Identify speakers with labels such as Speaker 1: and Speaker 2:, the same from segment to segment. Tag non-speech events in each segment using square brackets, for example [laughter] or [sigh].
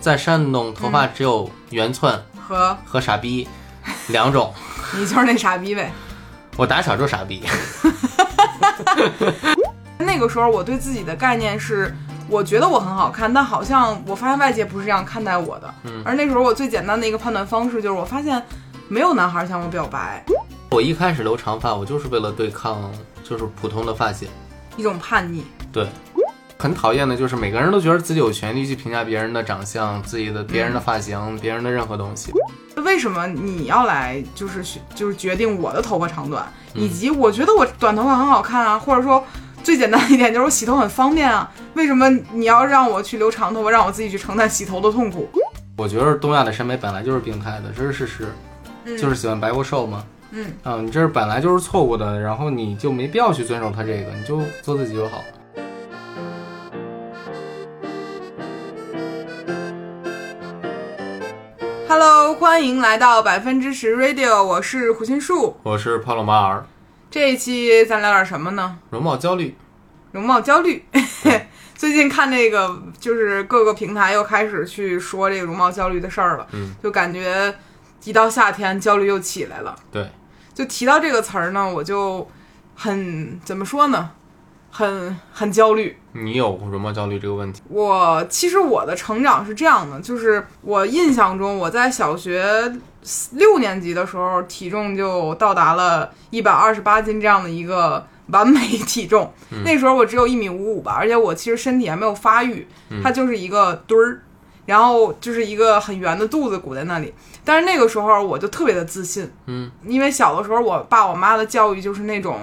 Speaker 1: 在山东头发只有圆寸
Speaker 2: 和
Speaker 1: 和傻逼两种。
Speaker 2: 你就是那傻逼呗。
Speaker 1: 我打小就傻逼，
Speaker 2: 那个时候我对自己的概念是，我觉得我很好看，但好像我发现外界不是这样看待我的。
Speaker 1: 嗯
Speaker 2: 而那时候我最简单的一个判断方式就是，我发现没有男孩向我表白，
Speaker 1: 我一开始留长发，我就是为了对抗就是普通的发型。
Speaker 2: 一种叛逆。
Speaker 1: 对，很讨厌的就是每个人都觉得自己有权利去评价别人的长相、自己的别人的发型、别人的任何东西。
Speaker 2: 为什么你要来就是选就是决定我的头发长短，
Speaker 1: 嗯
Speaker 2: 以及我觉得我短头发很好看啊，或者说最简单一点就是我洗头很方便啊，为什么你要让我去留长头发，让我自己去承担洗头的痛苦？
Speaker 1: 我觉得东亚的审美本来就是病态的，这是事实，
Speaker 2: 嗯
Speaker 1: 就是喜欢白过瘦嘛。
Speaker 2: 嗯
Speaker 1: 啊，你这是本来就是错误的，然后你就没必要去遵守他这个，你就做自己就好。
Speaker 2: ，Hello，欢迎来到百分之十 Radio，我是胡心树。
Speaker 1: 我是帕洛马尔，
Speaker 2: 这一期咱聊点什么呢？
Speaker 1: 容貌焦虑，
Speaker 2: 容貌焦虑。 [laughs] 最近看那个，就是各个平台又开始去说这个容貌焦虑的事儿了，
Speaker 1: 嗯，
Speaker 2: 就感觉一到夏天焦虑又起来了。
Speaker 1: 对，
Speaker 2: 就提到这个词儿呢，我就很怎么说呢，很很焦虑。
Speaker 1: 你有容貌焦虑这个问题，
Speaker 2: 我其实我的成长是这样的，就是我印象中我在小学六年级的时候，体重就到达了一百二十八斤这样的一个完美体重。那时候我只有一米五五吧，而且我其实身体还没有发育，它就是一个墩儿，然后就是一个很圆的肚子鼓在那里。但是那个时候我就特别的自信，
Speaker 1: 嗯，
Speaker 2: 因为小的时候我爸我妈的教育就是那种，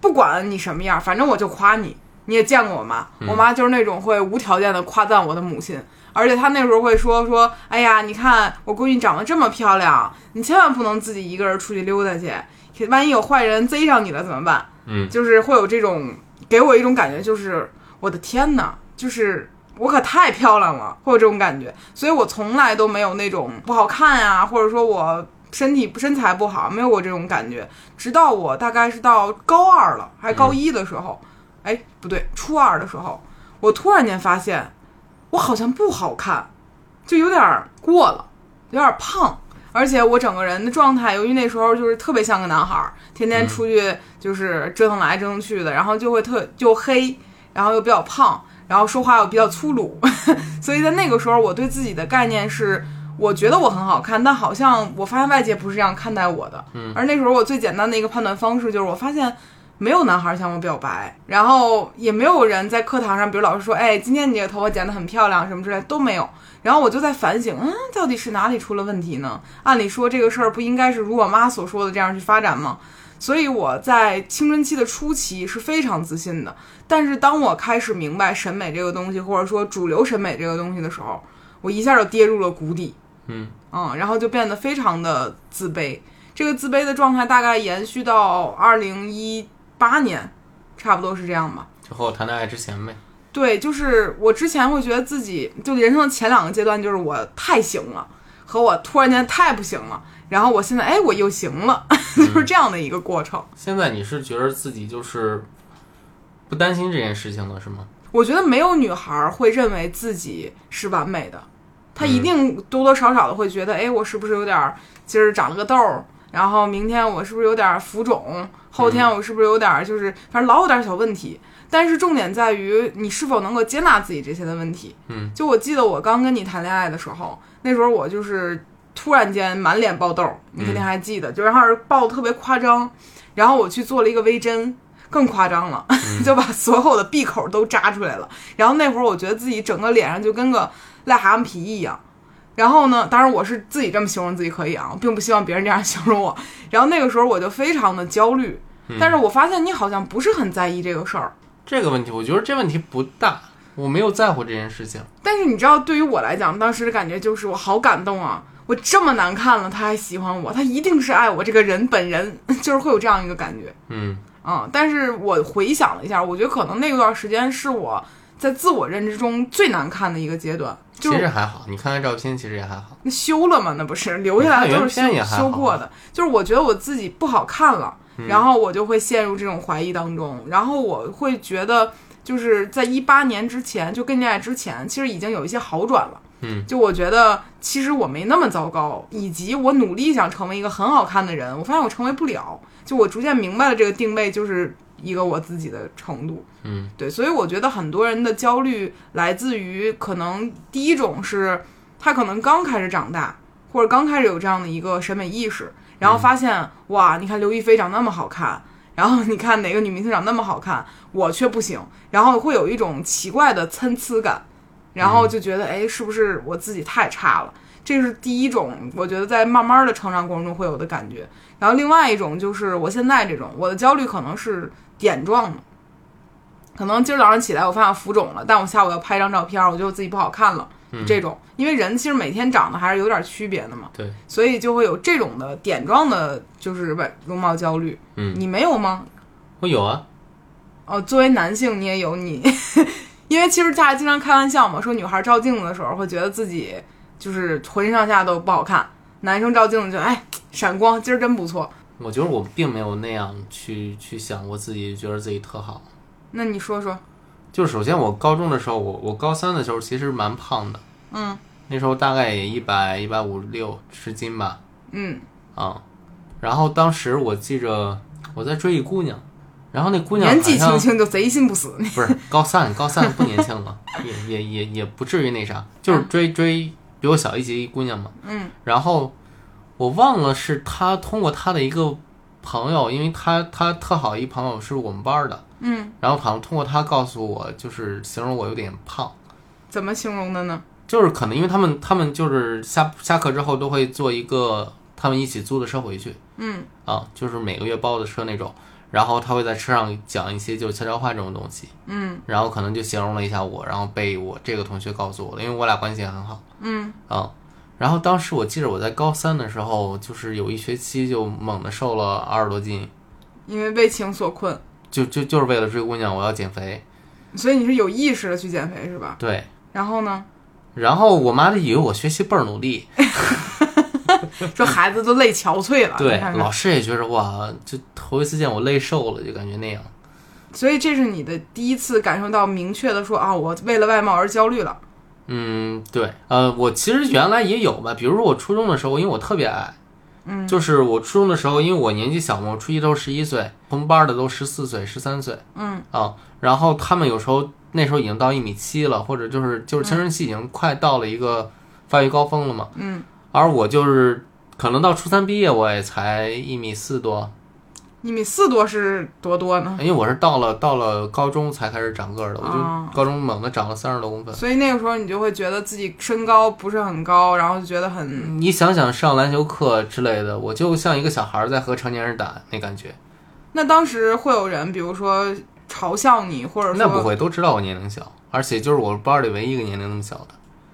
Speaker 2: 不管你什么样，反正我就夸你。你也见过我妈，我妈就是那种会无条件的夸赞我的母亲，而且她那时候会说说，哎呀，你看我闺女长得这么漂亮，你千万不能自己一个人出去溜达去，万一有坏人贼上你了怎么办？
Speaker 1: 嗯
Speaker 2: 就是会有这种给我一种感觉，就是我的天呐，就是我可太漂亮了，会有这种感觉。所以我从来都没有那种不好看呀、或者说我身体身材不好，没有过这种感觉。直到我大概是到高二了，还高一的时候，哎、不对，初二的时候，我突然间发现我好像不好看，就有点儿过了，有点儿胖。而且我整个人的状态，由于那时候就是特别像个男孩儿，天天出去就是折腾来折腾去的，然后就会特就黑，然后又比较胖，然后说话又比较粗鲁，所以在那个时候，我对自己的概念是，我觉得我很好看，但好像我发现外界不是这样看待我的。嗯，而那时候我最简单的一个判断方式就是，我发现没有男孩向我表白，然后也没有人在课堂上，比如老师说，哎，今天你这个头发剪得很漂亮，什么之类的都没有。然后我就在反省，嗯，到底是哪里出了问题呢？按理说这个事儿不应该是如我妈所说的这样去发展吗？所以我在青春期的初期是非常自信的，但是当我开始明白审美这个东西，或者说主流审美这个东西的时候，我一下就跌入了谷底，
Speaker 1: 嗯
Speaker 2: 嗯，然后就变得非常的自卑。这个自卑的状态大概延续到二零一八年，差不多是这样吧。
Speaker 1: 就和我谈恋爱之前呗。
Speaker 2: 对，就是我之前会觉得自己就人生的前两个阶段，就是我太行了，和我突然间太不行了，然后我现在哎我又行了， [laughs] 就是这样的一个过程。
Speaker 1: 现在你是觉得自己就是不担心这件事情了，是吗？
Speaker 2: 我觉得没有女孩儿会认为自己是完美的，她一定多多少少的会觉得，哎，我是不是有点儿今儿长了个痘儿，然后明天我是不是有点儿浮肿，后天我是不是有点儿就是，反正老有点儿小问题。但是重点在于你是否能够接纳自己这些的问题。
Speaker 1: 嗯，
Speaker 2: 就我记得我刚跟你谈恋爱的时候，那时候我就是突然间满脸爆痘儿，你肯定还记得，就然后是爆得特别夸张，然后我去做了一个微针。更夸张了，就把所有的闭口都扎出来了。然后那会儿我觉得自己整个脸上就跟个癞蛤蟆皮一样。然后呢，当然我是自己这么形容自己可以啊，我并不希望别人这样 [laughs] 形容我。然后那个时候我就非常的焦虑，但是我发现你好像不是很在意这个事儿。
Speaker 1: 这个问题，我觉得这问题不大，我没有在乎这件事情。
Speaker 2: 但是你知道，对于我来讲，当时的感觉就是我好感动啊！我这么难看了，他还喜欢我，他一定是爱我这个人本人， [laughs] 就是会有这样一个感觉。
Speaker 1: 嗯
Speaker 2: 嗯，但是我回想了一下，我觉得可能那段时间是我在自我认知中最难看的一个阶段，，就
Speaker 1: 其实
Speaker 2: 是
Speaker 1: 还好，你看看照片，其实也还好。
Speaker 2: 那修了嘛，那不是留下来都是
Speaker 1: 你看原片也
Speaker 2: 修
Speaker 1: 还好啊嗯
Speaker 2: 修过的，就是我觉得我自己不好看了，然后我就会陷入这种怀疑当中，然后我会觉得。就是在一八年之前，就更恋爱之前，其实已经有一些好转了。
Speaker 1: 嗯，
Speaker 2: 就我觉得其实我没那么糟糕，以及我努力想成为一个很好看的人，我发现我成为不了。就我逐渐明白了这个定位就是一个我自己的程度。
Speaker 1: 嗯，
Speaker 2: 对，所以我觉得很多人的焦虑来自于可能第一种是他可能刚开始长大，或者刚开始有这样的一个审美意识，然后发现、哇，你看刘亦菲长那么好看。然后你看哪个女明星长那么好看，我却不行，然后会有一种奇怪的参差感，然后就觉得哎，是不是我自己太差了？这是第一种，我觉得在慢慢的成长过程中会有的感觉。然后另外一种就是我现在这种，我的焦虑可能是点状的，可能今儿早上起来我发现浮肿了，但我下午要拍张照片，我觉得我自己不好看了，这种，因为人其实每天长得还是有点区别的嘛。
Speaker 1: 对，
Speaker 2: 所以就会有这种的点状的，就是外容貌焦虑。
Speaker 1: 嗯
Speaker 2: 你没有吗？
Speaker 1: 我有啊，
Speaker 2: 哦，作为男性你也有你， [laughs] 因为其实大家经常开玩笑嘛，说女孩照镜子的时候会觉得自己就是浑身上下都不好看，男生照镜子就哎闪光，今儿真不错。
Speaker 1: 我觉得我并没有那样去去想过自己，觉得自己特好。
Speaker 2: 那你说说，
Speaker 1: 就是首先我高中的时候，我我高三的时候其实蛮胖的，
Speaker 2: 嗯
Speaker 1: 那时候大概也一百一百五六十斤吧，
Speaker 2: 嗯，
Speaker 1: 啊、然后当时我记着我在追一姑娘，然后那姑娘
Speaker 2: 年纪
Speaker 1: 好像
Speaker 2: 轻轻就贼心不死，
Speaker 1: 不是高三，高三不年轻了，也也也也不至于那啥，就是追追比我小一级一姑娘嘛。
Speaker 2: 嗯，
Speaker 1: 然后我忘了是她通过她的一个朋友，因为她她特好一朋友是我们班儿的，
Speaker 2: 嗯，
Speaker 1: 然后好像通过她告诉我，就是形容我有点胖。
Speaker 2: 怎么形容的呢？
Speaker 1: 就是可能因为他们他们就是下下课之后都会坐一个他们一起租的车回去，
Speaker 2: 嗯
Speaker 1: 啊，就是每个月包的车那种，然后他会在车上讲一些就是悄悄话这种东西，
Speaker 2: 嗯
Speaker 1: 然后可能就形容了一下我，然后被我这个同学告诉我的，因为我俩关系也很好
Speaker 2: 嗯
Speaker 1: 啊。然后当时我记得我在高三的时候，就是有一学期就猛的瘦了二十多斤，
Speaker 2: 因为为情所困，
Speaker 1: 就就就是为了追姑娘，我要减肥。
Speaker 2: 所以你是有意识的去减肥是吧？
Speaker 1: 对，
Speaker 2: 然
Speaker 1: [laughs]
Speaker 2: 后呢，
Speaker 1: 然后我妈就以为我学习倍儿努力，
Speaker 2: 说孩子都累憔悴了，
Speaker 1: 对
Speaker 2: 你看，看
Speaker 1: 老师也觉得哇，就头一次见我累瘦了，就感觉那样。
Speaker 2: 所以这是你的第一次感受到明确的说啊，我为了外貌而焦虑了。
Speaker 1: 嗯，对，呃，我其实原来也有吧，比如说我初中的时候，因为我特别矮，
Speaker 2: 嗯
Speaker 1: 就是我初中的时候，因为我年纪小嘛，我初一都十一岁，同班的都十四岁、十三岁
Speaker 2: 嗯
Speaker 1: 啊，然后他们有时候那时候已经到一米七了，或者就是就是青春期已经快到了一个发育高峰了嘛，
Speaker 2: 嗯，
Speaker 1: 而我就是可能到初三毕业，我也才一米四多，
Speaker 2: 一米四多是多多呢，
Speaker 1: 因为我是到了到了高中才开始长个儿的，我
Speaker 2: 哦
Speaker 1: 就高中猛的长了三十多公分。
Speaker 2: 所以那个时候你就会觉得自己身高不是很高，然后就觉得很
Speaker 1: 嗯你想想上篮球课之类的，我就像一个小孩儿在和成年人打那感觉。
Speaker 2: 那当时会有人比如说嘲笑你，或者说
Speaker 1: 那不，会，都知道我年龄小，而且就是我班里唯一一个年龄那么小的。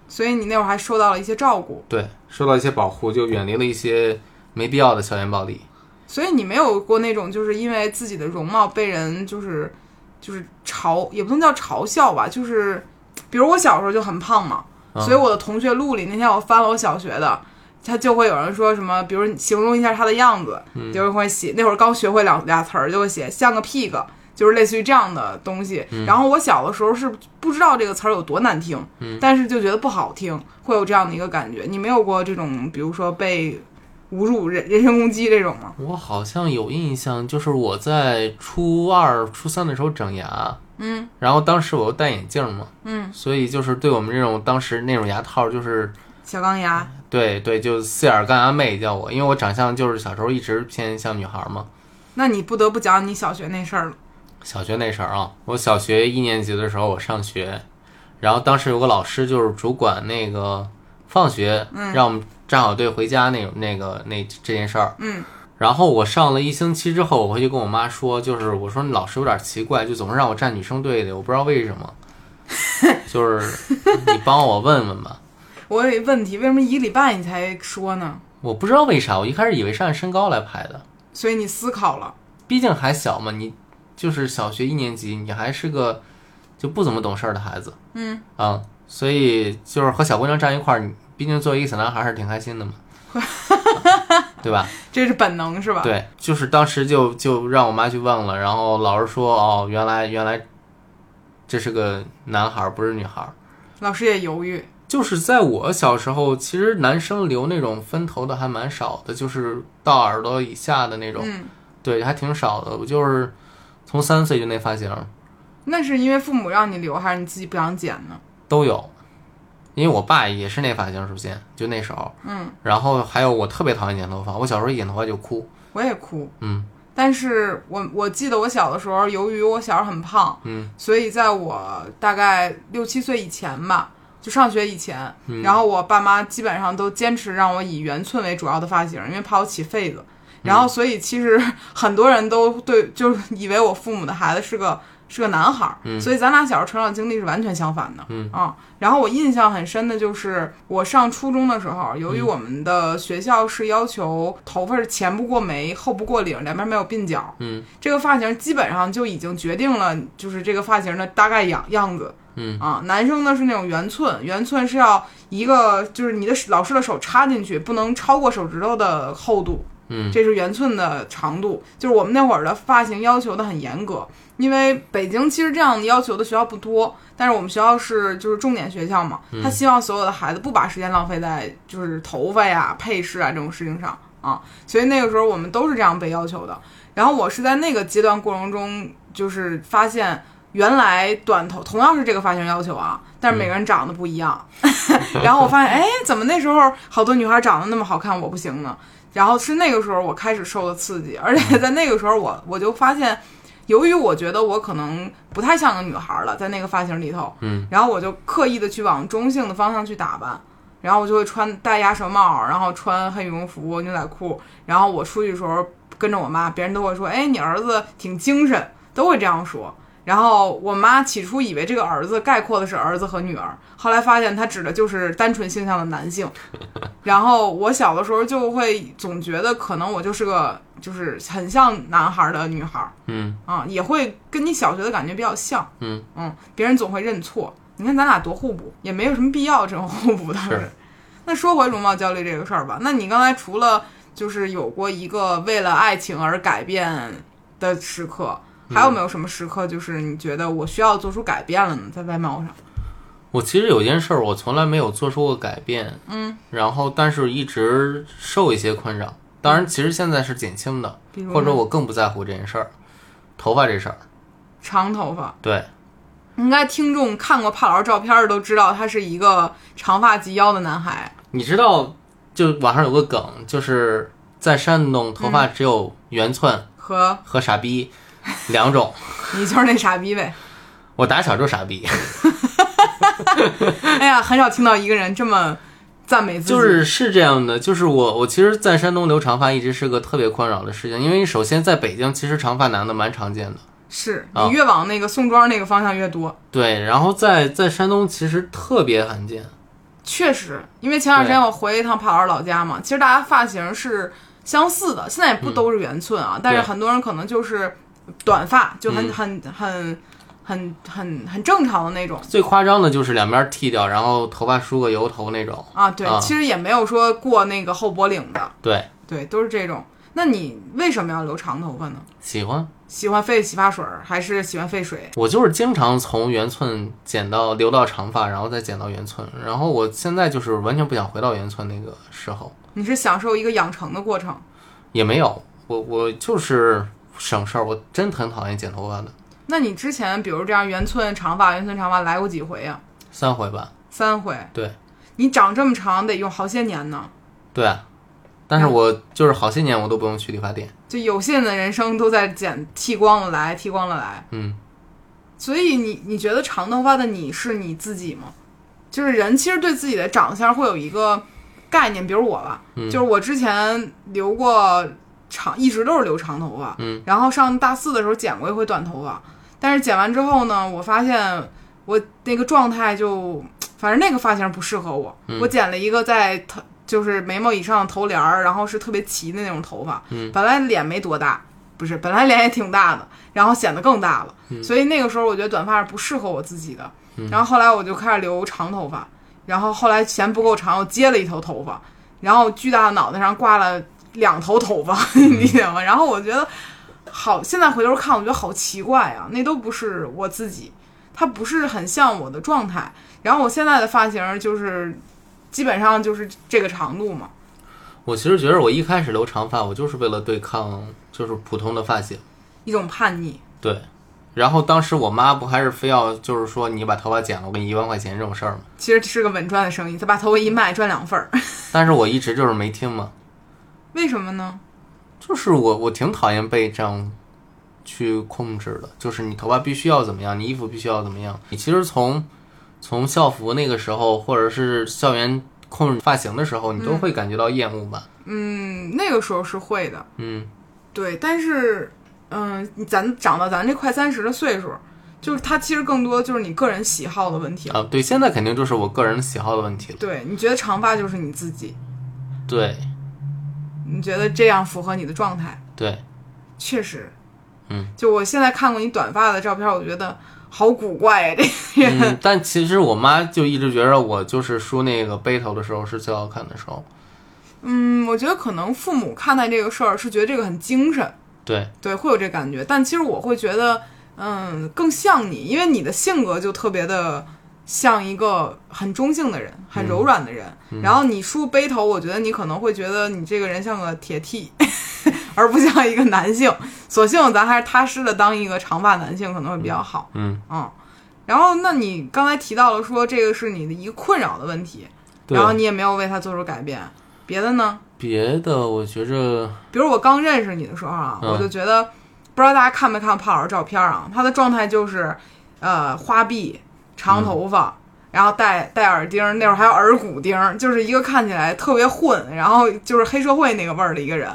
Speaker 2: 所以你那会儿还受到了一些照顾，
Speaker 1: 对，受到一些保护，就远离了一些没必要的校园暴力。
Speaker 2: 所以你没有过那种就是因为自己的容貌被人就是就是嘲，也不能叫嘲笑吧，就是比如我小时候就很胖嘛，
Speaker 1: 嗯
Speaker 2: 所以我的同学录里那天我翻了我小学的，他就会有人说什么，比如你形容一下他的样子，就是会写那会儿刚学会两俩词儿，就会写像个 pig，就是类似于这样的东西。然后我小的时候是不知道这个词儿有多难听，但是就觉得不好听，会有这样的一个感觉。你没有过这种，比如说被侮辱、人人身攻击这种吗？
Speaker 1: 我好像有印象，就是我在初二、初三的时候整牙，
Speaker 2: 嗯
Speaker 1: 然后当时我又戴眼镜嘛，
Speaker 2: 嗯，
Speaker 1: 所以就是对我们这种当时那种牙套，就是
Speaker 2: 小钢牙，
Speaker 1: 对对，就四眼干阿妹叫我，因为我长相就是小时候一直偏向女孩嘛。
Speaker 2: 那你不得不讲你小学那事儿了。
Speaker 1: 小学那时候啊，我小学一年级的时候我上学，然后当时有个老师就是主管那个放学，让我们站好队回家那种那个那这件事儿。
Speaker 2: 嗯，
Speaker 1: 然后我上了一星期之后，我回去跟我妈说，就是我说你老师有点奇怪，就总是让我站女生队里，我不知道为什么。就是你帮我问问吧，
Speaker 2: 我有一问题，为什么一个礼拜你才说呢？
Speaker 1: 我不知道为啥，我一开始以为是按身高来排的，
Speaker 2: 所以你思考了。
Speaker 1: 毕竟还小嘛，你就是小学一年级，你还是个就不怎么懂事儿的孩子。
Speaker 2: 嗯，
Speaker 1: 啊，所以就是和小姑娘站一块儿，你毕竟作为一个小男孩还是挺开心的嘛，对吧？
Speaker 2: 这是本能是吧？
Speaker 1: 对，就是当时就就让我妈去问了，然后老师说哦，原来原来这是个男孩儿，不是女孩儿。
Speaker 2: 老师也犹豫，
Speaker 1: 就是在我小时候，其实男生留那种分头的还蛮少的，就是到耳朵以下的那种，
Speaker 2: 嗯，
Speaker 1: 对，还挺少的。我就是从三岁就那发型
Speaker 2: 那是因为父母让你留，还是你自己不想剪呢？
Speaker 1: 都有，因为我爸也是那发型，首先就那时候，
Speaker 2: 嗯，
Speaker 1: 然后还有我特别讨厌剪头发，我小时候一剪头发就哭，
Speaker 2: 我也哭，
Speaker 1: 嗯，
Speaker 2: 但是我我记得我小的时候，由于我小时候很胖，
Speaker 1: 嗯，
Speaker 2: 所以在我大概六七岁以前吧，就上学以前，
Speaker 1: 嗯
Speaker 2: 然后我爸妈基本上都坚持让我以圆寸为主要的发型，因为怕我起痱子。
Speaker 1: 嗯
Speaker 2: 然后，所以其实很多人都对， [laughs] 就是以为我父母的孩子是个是个男孩儿，所以咱俩小时候成长经历是完全相反的，
Speaker 1: 嗯
Speaker 2: 啊。然后我印象很深的就是我上初中的时候，由
Speaker 1: 嗯
Speaker 2: 于我们的学校是要求头发是前不过眉，后不过领，两边没有鬓角，
Speaker 1: 嗯，
Speaker 2: 这个发型基本上就已经决定了，就是这个发型的大概样样子，
Speaker 1: 嗯
Speaker 2: 啊。男生呢是那种圆寸，圆寸是要一个就是你的老师的手插进去，不能超过手指头的厚度，
Speaker 1: 嗯
Speaker 2: 这是圆寸的长度。就是我们那会儿的发型要求的很严格，因为北京其实这样要求的学校不多，但是我们学校是就是重点学校嘛，他希望所有的孩子不把时间浪费在就是头发呀、配饰啊这种事情上啊，所以那个时候我们都是这样被要求的。然后我是在那个阶段过程中，就是发现原来短头同样是这个发型要求啊，但是每个人长得不一样。 [laughs] 然后我发现，哎，怎么那时候好多女孩长得那么好看，我不行呢？然后是那个时候我开始受了刺激，而且在那个时候我我就发现，由于我觉得我可能不太像个女孩了，在那个发型里头，
Speaker 1: 嗯，
Speaker 2: 然后我就刻意的去往中性的方向去打扮。然后我就会穿戴鸭舌帽，然后穿黑羽绒服、牛仔裤，然后我出去的时候跟着我妈，别人都会说：“哎，你儿子挺精神。”都会这样说。然后我妈起初以为这个儿子概括的是儿子和女儿，后来发现他指的就是单纯性向的男性。然后我小的时候就会总觉得可能我就是个就是很像男孩的女孩，
Speaker 1: 嗯
Speaker 2: 啊，也会跟你小学的感觉比较像。
Speaker 1: 嗯
Speaker 2: 别人总会认错，你看咱俩多互补，也没有什么必要这种互补的。
Speaker 1: 是
Speaker 2: 那说回容貌焦虑这个事儿吧，那你刚才除了就是有过一个为了爱情而改变的时刻，还
Speaker 1: 嗯
Speaker 2: 有没有什么时刻就是你觉得我需要做出改变了呢？在外貌上，
Speaker 1: 我其实有件事儿我从来没有做出过改变，
Speaker 2: 嗯，
Speaker 1: 然后但是一直受一些困扰，当然其实现在是减轻的，
Speaker 2: 比如
Speaker 1: 或者
Speaker 2: 呢
Speaker 1: 我更不在乎这件事儿，头发这事儿，
Speaker 2: 长头发，
Speaker 1: 对，
Speaker 2: 应该听众看过帕老师照片儿都知道，他是一个长发及腰的男孩。
Speaker 1: 你知道，就网上有个梗，就是在山东头
Speaker 2: 嗯
Speaker 1: 发只有圆寸
Speaker 2: 和
Speaker 1: 和傻逼两种。
Speaker 2: 你就是那傻逼呗！
Speaker 1: 我打小就傻逼，
Speaker 2: [laughs] 哎呀，很少听到一个人这么赞美自己。
Speaker 1: 就是是这样的，就是我我其实，在山东留长发一直是个特别困扰的事情，因为首先在北京，其实长发男的蛮常见的，
Speaker 2: 是
Speaker 1: 啊
Speaker 2: 你越往那个宋庄那个方向越多，
Speaker 1: 对，然后在在山东其实特别罕见，
Speaker 2: 确实，因为前段时间我回一趟帕老师老家嘛，其实大家发型是相似的，现
Speaker 1: 嗯
Speaker 2: 在也不都是圆寸啊，但是很多人可能就是短发，就很、
Speaker 1: 嗯
Speaker 2: 很很很很很正常的那种
Speaker 1: 最夸张的就是两边剃掉，然后头发梳个油头那种，
Speaker 2: 啊，对，
Speaker 1: 啊
Speaker 2: 其实也没有说过那个后脖领的，
Speaker 1: 对，
Speaker 2: 对，都是这种。那你为什么要留长头发呢？
Speaker 1: 喜欢，
Speaker 2: 喜欢费洗发水儿还是喜欢费水？
Speaker 1: 我就是经常从圆寸剪到留到长发，然后再剪到圆寸，然后我现在就是完全不想回到圆寸那个时候，
Speaker 2: 你是享受一个养成的过程，
Speaker 1: 也没有，我我就是省事儿，我真的很讨厌剪头发的，
Speaker 2: 那你之前比如这样圆寸长发、圆寸长发来过几回呀、
Speaker 1: 三回吧，
Speaker 2: 三回。
Speaker 1: 对，
Speaker 2: 你长这么长得用好些年呢。
Speaker 1: 对啊，但是我就是好些年我都不用去理发店，
Speaker 2: 就有限的人生都在剪剃光了来，剃光了来。
Speaker 1: 嗯，
Speaker 2: 所以你你觉得长头发的你是你自己吗？就是人其实对自己的长相会有一个概念，比如我吧，
Speaker 1: 嗯
Speaker 2: 就是我之前留过长，一直都是留长头发，
Speaker 1: 嗯，
Speaker 2: 然后上大四的时候剪过一回短头发，但是剪完之后呢，我发现我那个状态就，反正那个发型不适合我，
Speaker 1: 嗯
Speaker 2: 我剪了一个在头。就是眉毛以上的头帘儿，然后是特别齐的那种头发，
Speaker 1: 嗯
Speaker 2: 本来脸没多大，不是，本来脸也挺大的，然后显得更大了。所以那个时候我觉得短发是不适合我自己的。然后后来我就开始留长头发，然后后来嫌不够长，又接了一头头发，然后巨大的脑袋上挂了两头头发， [laughs] 你理解吗？然后我觉得好，现在回头看，我觉得好奇怪啊，那都不是我自己。它不是很像我的状态。然后我现在的发型就是基本上就是这个长度嘛。
Speaker 1: 我其实觉得我一开始留长发，我就是为了对抗就是普通的发型。
Speaker 2: 一种叛逆。
Speaker 1: 对，然后当时我妈不还是非要就是说你把头发剪了，我给你一万块钱这种事儿吗？
Speaker 2: 其实是个稳赚的生意，他把头发一卖赚两份儿，
Speaker 1: 但是我一直就是没听嘛，
Speaker 2: 为什么呢？
Speaker 1: 就是我我挺讨厌被这样去控制的，就是你头发必须要怎么样，你衣服必须要怎么样。你其实从从校服那个时候，或者是校园控制发型的时候，你都会感觉到厌恶吧？
Speaker 2: 嗯，那个时候是会的，
Speaker 1: 嗯，
Speaker 2: 对，但是，嗯，咱长到咱这快三十的岁数，就是它其实更多就是你个人喜好的问题了。
Speaker 1: 啊，对，现在肯定就是我个人喜好的问题了。
Speaker 2: 对，你觉得长发就是你自己，
Speaker 1: 对
Speaker 2: 你觉得这样符合你的状态， [laughs]
Speaker 1: 对，
Speaker 2: 确实，
Speaker 1: 嗯，
Speaker 2: 就我现在看过你短发的照片，我觉得好古怪呀、这个人。
Speaker 1: 嗯，但其实我妈就一直觉得我就是梳那个背头的时候是最好看的时候，
Speaker 2: 嗯，我觉得可能父母看待这个事儿是觉得这个很精神，
Speaker 1: 对
Speaker 2: 对，会有这感觉。但其实我会觉得，嗯，更像你，因为你的性格就特别的像一个很中性的人，很
Speaker 1: 嗯
Speaker 2: 柔软的人。然后你梳背头，我觉得你可能会觉得你这个人像个铁 T，而不像一个男性。索性咱还是踏实的当一个长发男性可能会比较好。
Speaker 1: 嗯
Speaker 2: 嗯，然后那你刚才提到了说这个是你的一个困扰的问题，
Speaker 1: 对。
Speaker 2: 然后你也没有为他做出改变，别的呢？
Speaker 1: 别的我觉着
Speaker 2: 比如我刚认识你的时候啊，
Speaker 1: 嗯
Speaker 2: 我就觉得，不知道大家看没看胖老师照片啊，他的状态就是，呃，花臂、长头发，然后戴戴耳钉，那会儿还有耳骨钉，就是一个看起来特别混，然后就是黑社会那个味儿的一个人。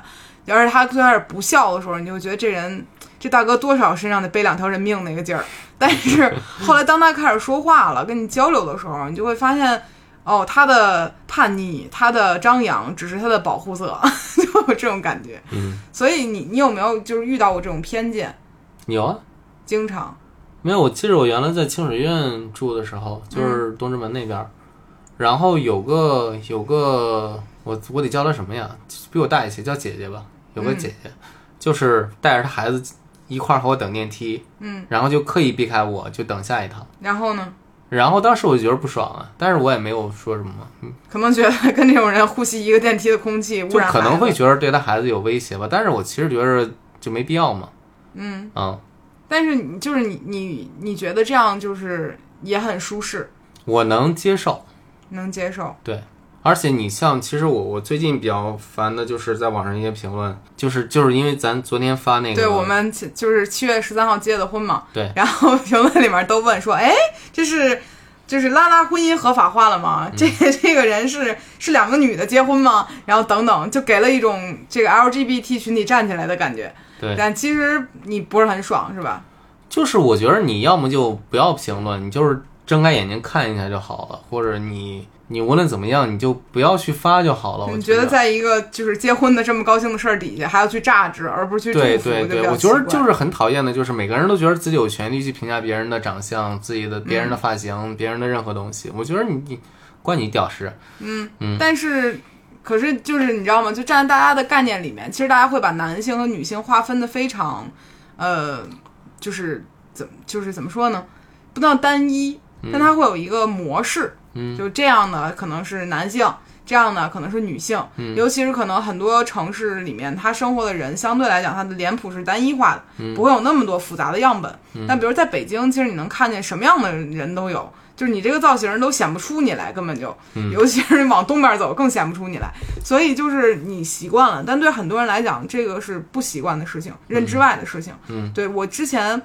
Speaker 2: 而且他最开始不笑的时候，你就觉得这人这大哥多少身上得背两条人命那个劲儿。 [laughs] 但是后来当他开始说话了，跟你交流的时候，你就会发现，哦，他的叛逆，他的张扬，只是他的保护色， [laughs] 就有这种感觉。
Speaker 1: 嗯，
Speaker 2: 所以你你有没有就是遇到过这种偏见？
Speaker 1: 有啊，
Speaker 2: 经常，
Speaker 1: 没有？我记得我原来在清水院住的时
Speaker 2: 嗯
Speaker 1: 候，就是东直门那边儿，然后有个有个我我得叫她什么呀？比我大一些，叫姐姐吧。有
Speaker 2: 嗯
Speaker 1: 个姐姐，就是带着她孩子一块儿和我等电梯，
Speaker 2: 嗯，
Speaker 1: 然后就刻意避开我，就等下一趟。
Speaker 2: 然后呢，
Speaker 1: 然后当时我就觉得不爽啊，但是我也没有说什么，
Speaker 2: 可能觉得跟这种人呼吸一个电梯的空气，污
Speaker 1: 就
Speaker 2: 染
Speaker 1: 可能
Speaker 2: 孩
Speaker 1: 会
Speaker 2: 子
Speaker 1: 觉得对她孩子有威胁吧。但是我其实觉着就没必要嘛，
Speaker 2: 嗯。
Speaker 1: 嗯，
Speaker 2: 但是你就是你你你觉得这样就是也很舒适，
Speaker 1: 我能接受。
Speaker 2: 能接受。
Speaker 1: 而且你像，其实我我最近比较烦的就是在网上一些评论，就是就是因为咱昨天发那个，
Speaker 2: 对我们其就是七月十三号结的婚嘛，
Speaker 1: 嗯对，
Speaker 2: 然后评论里面都问说，哎，这是就是拉拉婚姻合法化了吗？
Speaker 1: 嗯
Speaker 2: 这这个人是是两个女的结婚吗？然后等等，就给了一种这个 LGBT 群体站起来的感觉，
Speaker 1: 对，
Speaker 2: 但其实你不是很爽是吧？
Speaker 1: 就是我觉得你要么就不要评论，你就是睁开眼睛看一下就好了，或者你你无论怎么样，你就不要去发就好了。我
Speaker 2: 你觉
Speaker 1: 得
Speaker 2: 得在一个就是结婚的这么高兴的事儿底下，还要去榨汁，而不是去祝
Speaker 1: 对
Speaker 2: 福，
Speaker 1: 对
Speaker 2: 就比
Speaker 1: 对，
Speaker 2: 较
Speaker 1: 我觉得
Speaker 2: 奇怪
Speaker 1: 就是很讨厌的，就是每个人都觉得自己有权利去评价别人的长相、自己的别人的发型、
Speaker 2: 嗯
Speaker 1: 别人的任何东西。我觉得你你关你屌事，
Speaker 2: 但是，可是就是你知道吗？就站在大家的概念里面，其实大家会把男性和女性划分的非常，呃，就是怎么就是怎么说呢？不能单一，但它会有一个模式。
Speaker 1: 嗯，
Speaker 2: 就这样呢，可能是男性。这样呢，可能是女性，尤其是可能很多城市里面，他生活的人相对来讲，他的脸谱是单一化的，不会有那么多复杂的样本。但比如在北京，其实你能看见什么样的人都有，就是你这个造型都显不出你来，根本就，
Speaker 1: 嗯
Speaker 2: 尤其是往东边走更显不出你来。所以就是你习惯了，但对很多人来讲，这个是不习惯的事情，认知外的事情。
Speaker 1: 嗯
Speaker 2: 对我之前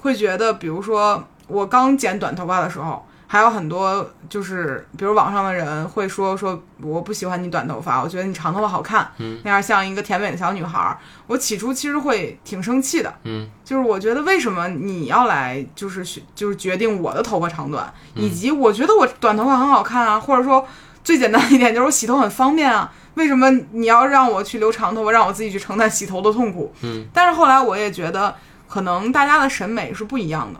Speaker 2: 会觉得，比如说我刚剪短头发的时候。还有很多，就是比如网上的人会说说我不喜欢你短头发，我觉得你长头发好看，
Speaker 1: 嗯
Speaker 2: 那样像一个甜美的小女孩儿。我起初其实会挺生气的，
Speaker 1: 嗯，
Speaker 2: 就是我觉得为什么你要来就是选就是决定我的头发长短，以及我觉得我短头发很好看啊，或者说最简单一点就是我洗头很方便啊，为什么你要让我去留长头发，让我自己去承担洗头的痛苦？
Speaker 1: 嗯，
Speaker 2: 但是后来我也觉得可能大家的审美是不一样的，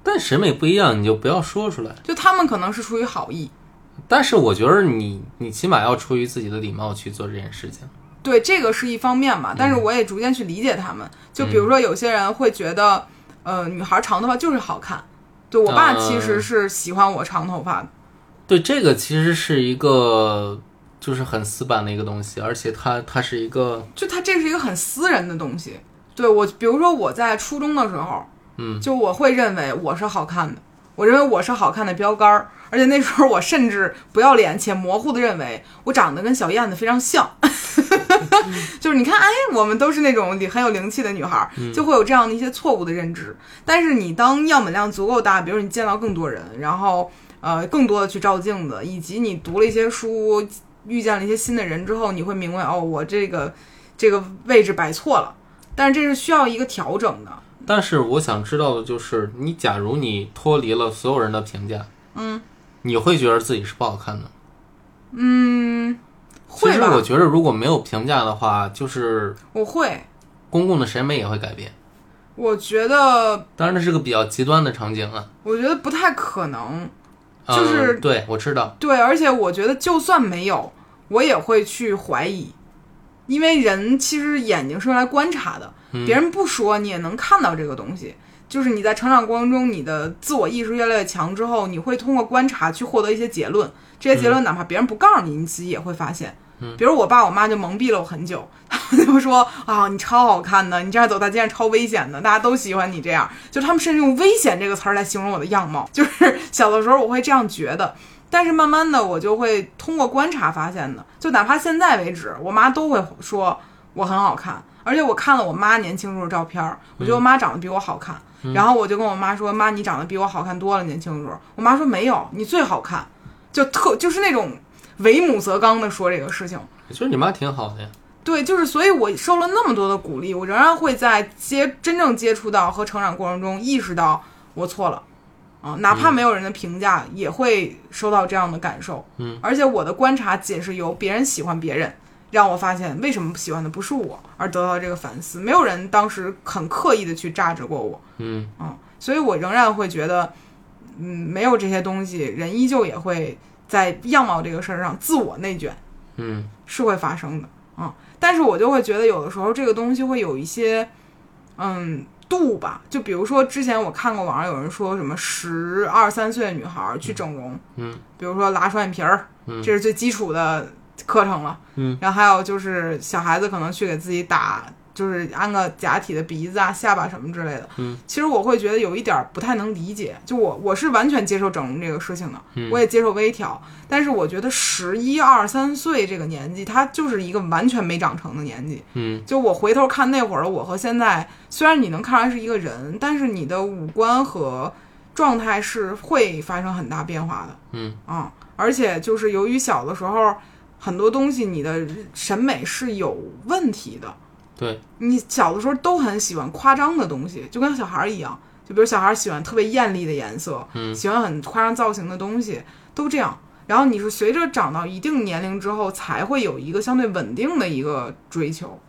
Speaker 1: 但审美不一样，你就不要说出来。
Speaker 2: 就他们可能是出于好意。
Speaker 1: 但是我觉得你你起码要出于自己的礼貌去做这件事情。
Speaker 2: 对，这个是一方面吧，但是我也逐渐去理解他们。就比如说，有些人会觉得，呃，女孩长头发就是好看，对我爸
Speaker 1: 嗯
Speaker 2: 其实是喜欢我长头发的，
Speaker 1: 对，这个其实是一个就是很死板的一个东西，而且它它是一个
Speaker 2: 就他这是一个很私人的东西。对我，比如说我在初中的时候，
Speaker 1: 嗯，
Speaker 2: 就我会认为我是好看的，我认为我是好看的标杆儿，而且那时候我甚至不要脸且模糊的认为我长得跟小燕子非常像， [laughs] 就是你看，哎，我们都是那种很有灵气的女孩儿，就会有这样的一些错误的认知。但是你当样本量足够大，比如你见到更多人，然后呃更多的去照镜子，以及你读了一些书，遇见了一些新的人之后，你会明白哦，我这个这个位置摆错了，但是这是需要一个调整的。
Speaker 1: 但是我想知道的就是，你假如你脱离了所有人的评价，嗯，你会觉得自己是不好看的吗。其
Speaker 2: 会
Speaker 1: 实
Speaker 2: 吧？
Speaker 1: 我觉得，如果没有评价的话，就是
Speaker 2: 我会，
Speaker 1: 公共的审美也会改变。
Speaker 2: 我觉得，
Speaker 1: 当然，这是个比较极端的场景了。
Speaker 2: 我觉得不太可能。
Speaker 1: 嗯、
Speaker 2: 就是
Speaker 1: 对我知道，
Speaker 2: 对，而且我觉得就算没有，我也会去怀疑，因为人其实眼睛是用来观察的，别人不说你也能看到这个东西。就是你在成长过程中，你的自我意识越来越强之后，你会通过观察去获得一些结论。这些结论哪怕别人不告诉你，你自己也会发现。比如我爸我妈就蒙蔽了我很久， [laughs] 他们就说啊，你超好看的，你这样走大街上超危险的，大家都喜欢你这样。就他们甚至用“危险”这个词儿来形容我的样貌，就是小的时候我会这样觉得，但是慢慢的，我就会通过观察发现的，就哪怕现在为止，我妈都会说我很好看，而且我看了我妈年轻时候的照片儿，我觉得我妈长得比我好看，然后我就跟我妈说：“妈，你长得比我好看多了，年轻时候。”我妈说：“没有，你最好看。”就特就是那种为母则刚的说这个事情。
Speaker 1: 我觉得你妈挺好的呀。
Speaker 2: 对，就是所以，我受了那么多的鼓励，我仍然会在接真正接触到和成长过程中意识到我错了，啊，哪怕没有人的评价，也会收到这样的感受。
Speaker 1: 嗯，
Speaker 2: 而且我的观察仅是由别人喜欢别人，让我发现为什么喜欢的不是我，而得到这个反思。没有人当时很刻意的去榨着过我，
Speaker 1: 嗯，
Speaker 2: 嗯，所以我仍然会觉得，嗯，没有这些东西，人依旧也会在样貌这个事儿上自我内卷。
Speaker 1: 嗯，
Speaker 2: 是会发生的啊、但是我就会觉得有的时候这个东西会有一些，嗯，度吧。就比如说之前我看过网上有人说什么十二三岁的女孩儿去整容，
Speaker 1: 嗯，
Speaker 2: 比如说拉双眼皮儿，
Speaker 1: 嗯
Speaker 2: 这是最基础的课程了，
Speaker 1: 嗯，
Speaker 2: 然后还有就是小孩子可能去给自己打。就是安个假体的鼻子啊、下巴什么之类的，
Speaker 1: 嗯，
Speaker 2: 其实我会觉得有一点儿不太能理解，就我我是完全接受整容这个事情的，
Speaker 1: 嗯
Speaker 2: 我也接受微调，但是我觉得十一二三岁这个年纪，他就是一个完全没长成的年纪。
Speaker 1: 嗯，
Speaker 2: 就我回头看那会儿的我和现在，虽然你能看出来是一个人，但是你的五官和状态是会发生很大变化的。
Speaker 1: 嗯
Speaker 2: 啊，而且就是由于小的时候很多东西你的审美是有问题的，
Speaker 1: 对，
Speaker 2: 你小的时候都很喜欢夸张的东西，就跟小孩儿一样，就比如小孩儿喜欢特别艳丽的颜色，
Speaker 1: 嗯
Speaker 2: 喜欢很夸张造型的东西，都这样。然后你是随着长到一定年龄之后，才会有一个相对稳定的一个追求。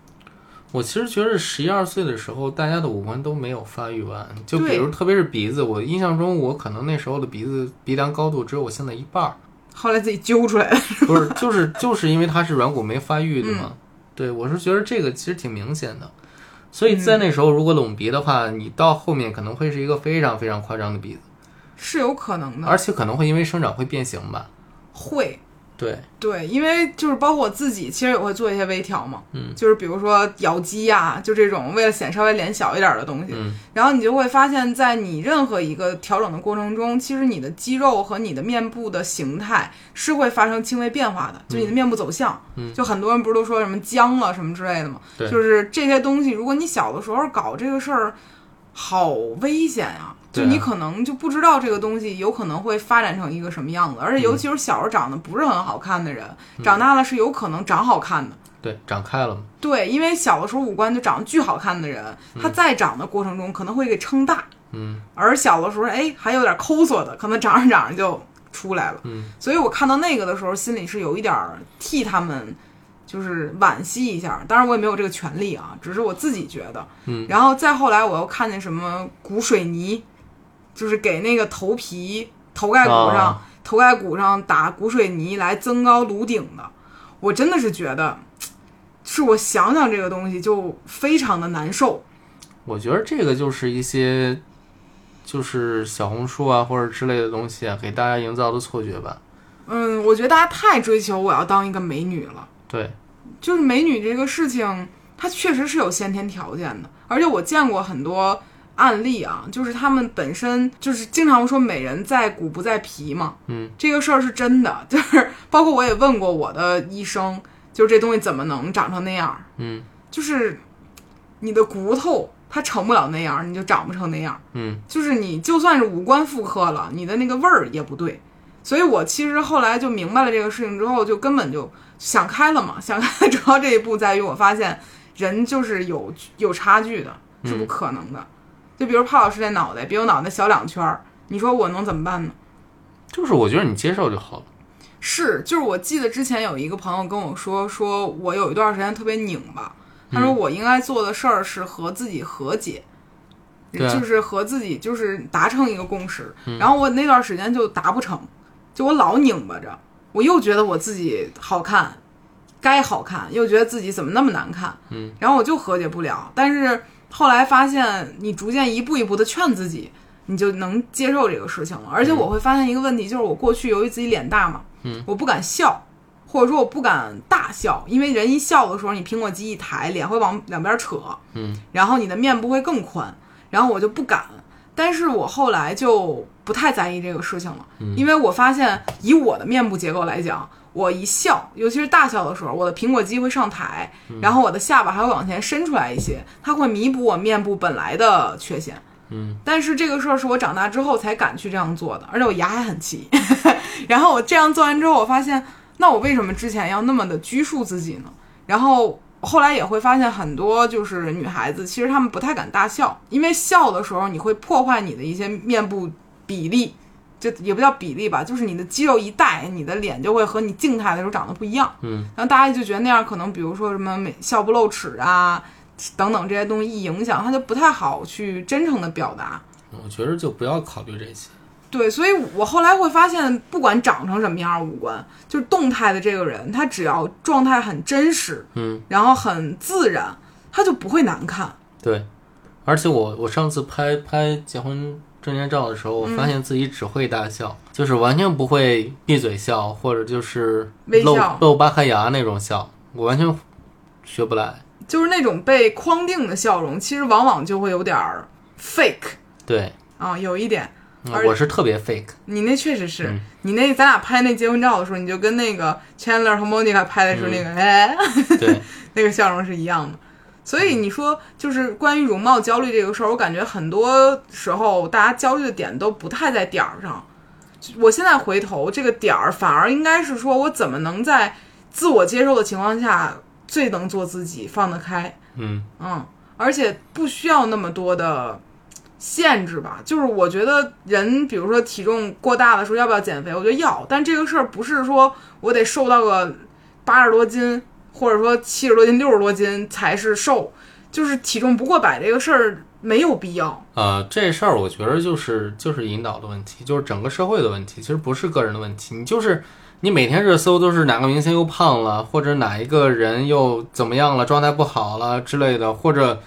Speaker 1: 我其实觉得十一二岁的时候，大家的五官都没有发育完。就比
Speaker 2: 对
Speaker 1: 如，特别是鼻子，我印象中我可能那时候的鼻子鼻梁高度只有我现在一半儿，
Speaker 2: 后来自己揪出来的，
Speaker 1: 不是，就是就是因为它是软骨没发育的嘛。对，我是觉得这个其实挺明显的。所以在那时候，如果隆鼻的话，你到后面可能会是一个非常非常夸张的鼻子，
Speaker 2: 是有可能的，
Speaker 1: 而且可能会因为生长会变形吧。
Speaker 2: 会。
Speaker 1: 对，
Speaker 2: 对，因为就是包括我自己，其实也会做一些微调嘛，
Speaker 1: 嗯，
Speaker 2: 就是比如说咬肌呀、就这种为了显稍微脸小一点儿的东西，
Speaker 1: 嗯，
Speaker 2: 然后你就会发现，在你任何一个调整的过程中，其实你的肌肉和你的面部的形态是会发生轻微变化的，就你的面部走向，
Speaker 1: 嗯
Speaker 2: 就很多人不是都说什么僵了什么之类的嘛，
Speaker 1: 对
Speaker 2: 就是这些东西，如果你小的时候搞这个事儿，好危险呀、就
Speaker 1: 对啊
Speaker 2: 你可能就不知道这个东西有可能会发展成一个什么样子，而且
Speaker 1: 嗯
Speaker 2: 尤其是小时候长得不是很好看的人，长大了是有可能长好看的。
Speaker 1: 对，长开了嘛。
Speaker 2: 对，因为小的时候五官就长得巨好看的人，他在长的过程中可能会给撑大，
Speaker 1: 嗯，
Speaker 2: 而小的时候哎还有点抠缩的，可能长着长着就出来了。
Speaker 1: 嗯，
Speaker 2: 所以我看到那个的时候，心里是有一点儿替他们就是惋惜一下，当然我也没有这个权利啊，只是我自己觉得。
Speaker 1: 嗯，
Speaker 2: 然后再后来我又看见什么骨水泥，就是给那个头皮头盖骨上、
Speaker 1: 啊
Speaker 2: 头盖骨上打骨水泥来增高颅顶的，我真的是觉得。是我想想这个东西就非常的难受，
Speaker 1: 我觉得这个就是一些就是小红书啊或者之类的东西啊，给大家营造的错觉吧。
Speaker 2: 嗯，我觉得大家太追求我要当一个美女了。
Speaker 1: 对，
Speaker 2: 就是美女这个事情，它确实是有先天条件的，而且我见过很多案例啊，就是他们本身就是经常说美人在骨不在皮嘛，
Speaker 1: 嗯，
Speaker 2: 这个事儿是真的， [laughs] 就是包括我也问过我的医生，就是这东西怎么能长成那样儿？
Speaker 1: 嗯
Speaker 2: 就是你的骨头它成不了那样儿，你就长不成那样儿。
Speaker 1: 嗯
Speaker 2: 就是你就算是五官复刻了，你的那个味儿也不对。所以我其实后来就明白了这个事情之后，就根本就想开了嘛。 [laughs] 想开主要这一步在于我发现人就是有有差距的，是不可能的。就比如帕老师这脑袋比我脑袋小两圈儿，你说我能怎么办呢？
Speaker 1: 就是我觉得你接受就好了。
Speaker 2: 是，就是我记得之前有一个朋友跟我说，说我有一段时间特别拧巴，他
Speaker 1: 嗯
Speaker 2: 说我应该做的事儿是和自己和解，
Speaker 1: 对嗯啊
Speaker 2: 就是和自己就是达成一个共识。然后我那段时间就达不成，就我老拧巴着，我又觉得我自己好看，该好看，又觉得自己怎么那么难看，
Speaker 1: 嗯，
Speaker 2: 然后我就和解不了。但是后来发现，你逐渐一步一步的劝自己，你就能接受这个事情了。而且我会发现一个问题，就是我过去由于自己脸大嘛，
Speaker 1: 嗯，
Speaker 2: 我不敢笑，或者说我不敢大笑，因为人一笑的时候，你苹果肌一抬，脸会往两边扯，
Speaker 1: 嗯
Speaker 2: 然后你的面部会更宽，然后我就不敢。但是我后来就不太在意这个事情了，
Speaker 1: 嗯
Speaker 2: 因为我发现以我的面部结构来讲，我一笑，尤其是大笑的时候，我的苹果肌会上抬，
Speaker 1: 嗯
Speaker 2: 然后我的下巴还会往前伸出来一些，它会弥补我面部本来的缺陷。
Speaker 1: 嗯，
Speaker 2: 但是这个事儿是我长大之后才敢去这样做的，而且我牙还很齐。然后我这样做完之后，我发现，那我为什么之前要那么的拘束自己呢？然后后来也会发现，很多就是女孩子，其实她们不太敢大笑，因为笑的时候你会破坏你的一些面部比例，就也不叫比例吧，就是你的肌肉一带，你的脸就会和你静态的时候长得不一样。
Speaker 1: 嗯，
Speaker 2: 然后大家就觉得那样可能，比如说什么美笑不露齿啊。等等这些东西一影响，她就不太好去真诚的表达。
Speaker 1: 我觉得就不要考虑这些。
Speaker 2: 对，所以我后来会发现，不管长成什么样儿五官，就是动态的这个人，他只要状态很真实，
Speaker 1: 嗯，
Speaker 2: 然后很自然，他就不会难看。
Speaker 1: 对。而且我我上次拍拍结婚证件照的时候，我
Speaker 2: 嗯
Speaker 1: 发现自己只会大笑，就是完全不会闭嘴笑，或者就是
Speaker 2: 微
Speaker 1: 露
Speaker 2: 笑
Speaker 1: 露八颗牙那种笑，我完全学不来。
Speaker 2: 就是那种被框定的笑容，其实往往就会有点儿 fake
Speaker 1: 对，
Speaker 2: 啊，有一点。而
Speaker 1: 我是特别 fake。
Speaker 2: 你那确实是、
Speaker 1: 嗯
Speaker 2: 你那，咱俩拍那结婚照的时候，你就跟那个 Chandler 和 Monica 拍的时候那个、哎，
Speaker 1: 对，
Speaker 2: [laughs] 那个笑容是一样的。所以你说，就是关于容貌焦虑这个事儿，我感觉很多时候大家焦虑的点都不太在点儿上。我现在回头，这个点儿反而应该是说我怎么能在自我接受的情况下最能做自己，放得开，
Speaker 1: 嗯
Speaker 2: 嗯，而且不需要那么多的限制吧。就是我觉得人，比如说体重过大的时候，要不要减肥？我觉得要，但这个事儿不是说我得瘦到个八十多斤，或者说七十多斤、六十多斤才是瘦，就是体重不过百这个事儿没有必要。
Speaker 1: 呃，这事儿我觉得就是就是引导的问题，就是整个社会的问题，其实不是个人的问题。你就是你每天热搜都是哪个明星又胖了，或者哪一个人又怎么样了，状态不好了之类的，或者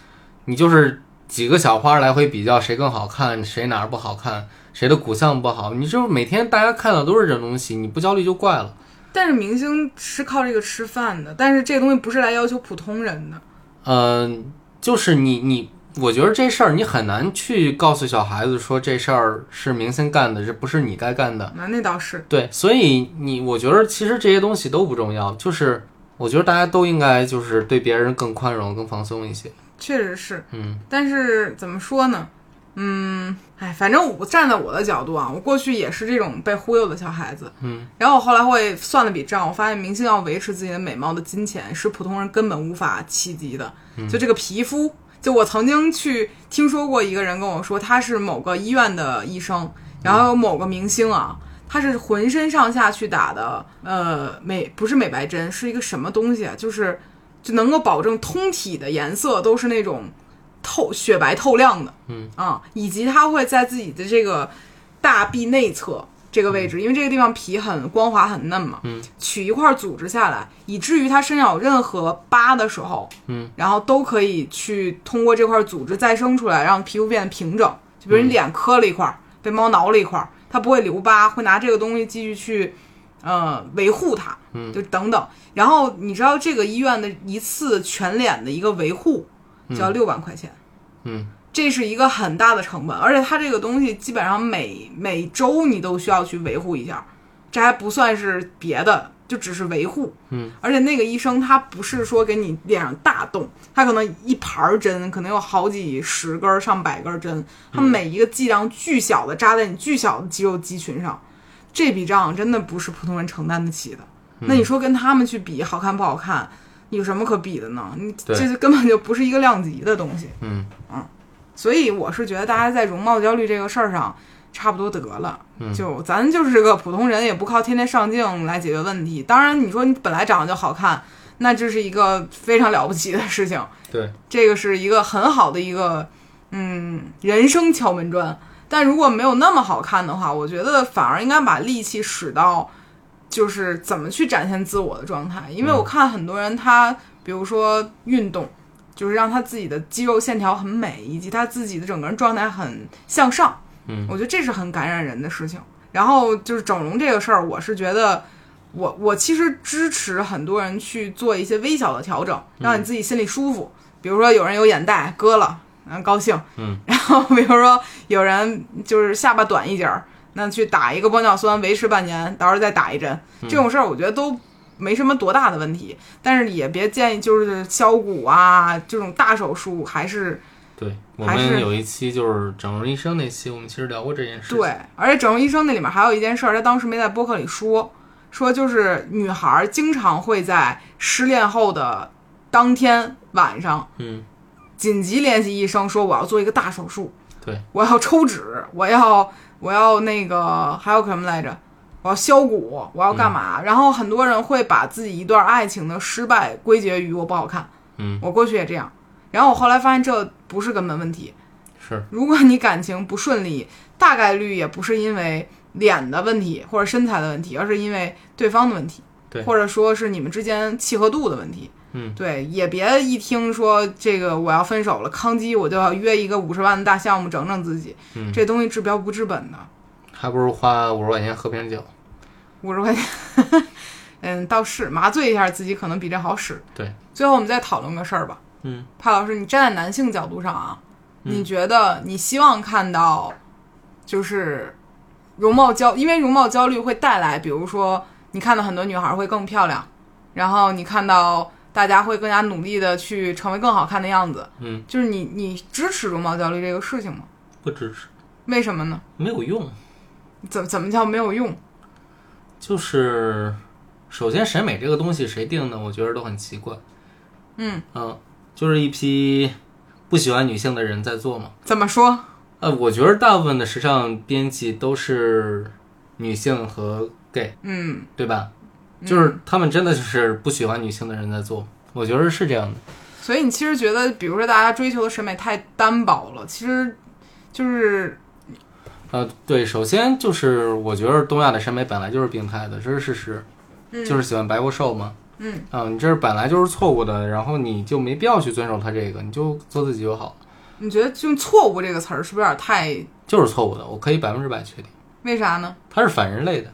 Speaker 1: 你就是几个小花来回比较谁更好看，谁哪儿不好看，谁的骨相不好，你就是每天大家看到都是这种东西，你不焦虑就怪了。
Speaker 2: 但是明星是靠这个吃饭的，但是这个东西不是来要求普通人的。
Speaker 1: 嗯，就是你你，我觉得这事儿你很难去告诉小孩子说这事儿是明星干的，这不是你该干的。
Speaker 2: 那那倒是，
Speaker 1: 对，所以你我觉得其实这些东西都不重要，就是我觉得大家都应该就是对别人更宽容、更放松一些。
Speaker 2: 确实是。
Speaker 1: 嗯
Speaker 2: 但是怎么说呢？嗯，哎，反正我站在我的角度啊，我过去也是这种被忽悠的小孩子。
Speaker 1: 嗯，
Speaker 2: 然后我后来会算了笔账，我发现明星要维持自己的美貌的金钱是普通人根本无法企及的。
Speaker 1: 嗯
Speaker 2: 就这个皮肤，就我曾经去听说过一个人跟我说，他是某个医院的医
Speaker 1: 嗯
Speaker 2: 生，然后有某个明星啊，他是浑身上下去打的，呃，美不是美白针，是一个什么东西啊？就是就能够保证通体的颜色都是那种透雪白透亮的，
Speaker 1: 嗯
Speaker 2: 啊，以及它会在自己的这个大臂内侧这个位置，因为这个地方皮很光滑很嫩嘛，
Speaker 1: 嗯，
Speaker 2: 取一块组织下来，以至于它身上有任何疤的时候，
Speaker 1: 嗯，
Speaker 2: 然后都可以去通过这块组织再生出来，让皮肤变得平整。
Speaker 1: 嗯
Speaker 2: 就比如你脸磕了一块儿，被猫挠了一块儿，它不会留疤，会拿这个东西继续去，呃，维护它，
Speaker 1: 嗯
Speaker 2: 就等等。然后你知道这个医院的一次全脸的一个维护就要六万块钱，
Speaker 1: 嗯，
Speaker 2: 这是一个很大的成本，而且它这个东西基本上每每周你都需要去维护一下，这还不算是别的，就只是维护。
Speaker 1: 嗯，
Speaker 2: 而且那个医生他不是说给你脸上大动，他可能一盘儿针，可能有好几十根儿、上百根儿针，他
Speaker 1: 嗯
Speaker 2: 每一个剂量巨小的扎在你巨小的肌肉肌群上，这笔账真的不是普通人承担得起的。
Speaker 1: 嗯
Speaker 2: 那你说跟他们去比好看不好看，有什么可比的呢？你
Speaker 1: 对
Speaker 2: 这是根本就不是一个量级的东西。
Speaker 1: 嗯
Speaker 2: 所以我是觉得大家在容貌焦虑这个事儿上差不多得了，
Speaker 1: 嗯
Speaker 2: 就咱就是个普通人，也不靠天天上镜来解决问题。当然，你说你本来长得就好看，那这是一个非常了不起的事情，
Speaker 1: 对，
Speaker 2: 这个是一个很好的一个嗯人生敲门砖。但如果没有那么好看的话，我觉得反而应该把力气使到就是怎么去展现自我的状态，
Speaker 1: 嗯
Speaker 2: 因为我看很多人他比如说运动。就是让他自己的肌肉线条很美，以及他自己的整个人状态很向上。
Speaker 1: 嗯
Speaker 2: 我觉得这是很感染人的事情。然后就是整容这个事儿，我是觉得我，我其实支持很多人去做一些微小的调整，
Speaker 1: 嗯
Speaker 2: 让你自己心里舒服。比如说有人有眼袋割了，嗯，高兴，
Speaker 1: 嗯。
Speaker 2: 然后比如说有人就是下巴短一截儿，那去打一个玻尿酸维持半年，到时候再打一针，这种事儿我觉得都没什么多大的问题。但是也别建议就是削骨啊这种大手术，还是
Speaker 1: 对，我
Speaker 2: 还
Speaker 1: 们
Speaker 2: 是
Speaker 1: 有一期就是整容医生那期，我们其实聊过这件事情。
Speaker 2: 对，而且整容医生那里面还有一件事儿，他当时没在播客里说，说就是女孩儿经常会在失恋后的当天晚上
Speaker 1: 嗯，
Speaker 2: 紧急联系医生，说我要做一个大手术，
Speaker 1: 对，
Speaker 2: 我要抽脂，我要我要那个还有什么来着？我要削骨，我要干嘛？然后很多人会把自己一段爱情的失败归结于我不好看，
Speaker 1: 嗯，
Speaker 2: 我过去也这样。然后我后来发现这不是根本问题，
Speaker 1: 是，
Speaker 2: 如果你感情不顺利，大概率也不是因为脸的问题或者身材的问题，而是因为对方的问题，
Speaker 1: 对
Speaker 2: 或者说是你们之间契合度的问题。
Speaker 1: 嗯，
Speaker 2: 对，也别一听说这个我要分手了，康基我就要约一个五十万的大项目整整自己，
Speaker 1: 嗯
Speaker 2: 这东西治标不治本的，
Speaker 1: 还不如花五十块钱喝瓶酒。
Speaker 2: 五十
Speaker 1: [laughs]
Speaker 2: 块钱，嗯，倒是麻醉一下自己可能比这好使。
Speaker 1: 对，
Speaker 2: 最后我们再讨论个事儿吧。
Speaker 1: 嗯，
Speaker 2: 潘老师，你站在男性角度上啊，你觉得你希望看到就是容貌焦，因为容貌焦虑会带来，比如说你看到很多女孩会更漂亮，然后你看到大家会更加努力的去成为更好看的样子。
Speaker 1: 嗯，
Speaker 2: 就是你你支持容貌焦虑这个事情吗？
Speaker 1: 不支持，
Speaker 2: 为什么呢？
Speaker 1: 没有用。
Speaker 2: 怎怎么叫没有用？
Speaker 1: 就是首先审美这个东西谁定的，我觉得都很奇怪。
Speaker 2: 嗯
Speaker 1: 嗯，就是一批不喜欢女性的人在做嘛。
Speaker 2: 怎么说？
Speaker 1: 呃，我觉得大部分的时尚编辑都是女性和 gay，
Speaker 2: 嗯，
Speaker 1: 对吧？就是他们真的就是不喜欢女性的人在做，我觉得是这样的。
Speaker 2: 所以你其实觉得，比如说大家追求的审美太单薄了，其实就是
Speaker 1: 呃，对，首先就是我觉得东亚的审美本来就是病态的，这是事实，就是喜欢白过瘦嘛。
Speaker 2: 嗯，
Speaker 1: 啊，你这是本来就是错误的，然后你就没必要去遵守它这个，你就做自己就好，
Speaker 2: 你觉得用“错误”这个词儿是不是有点太？
Speaker 1: 就是错误的，我可以百分之百确定，
Speaker 2: 为啥呢？
Speaker 1: 它是反人类的。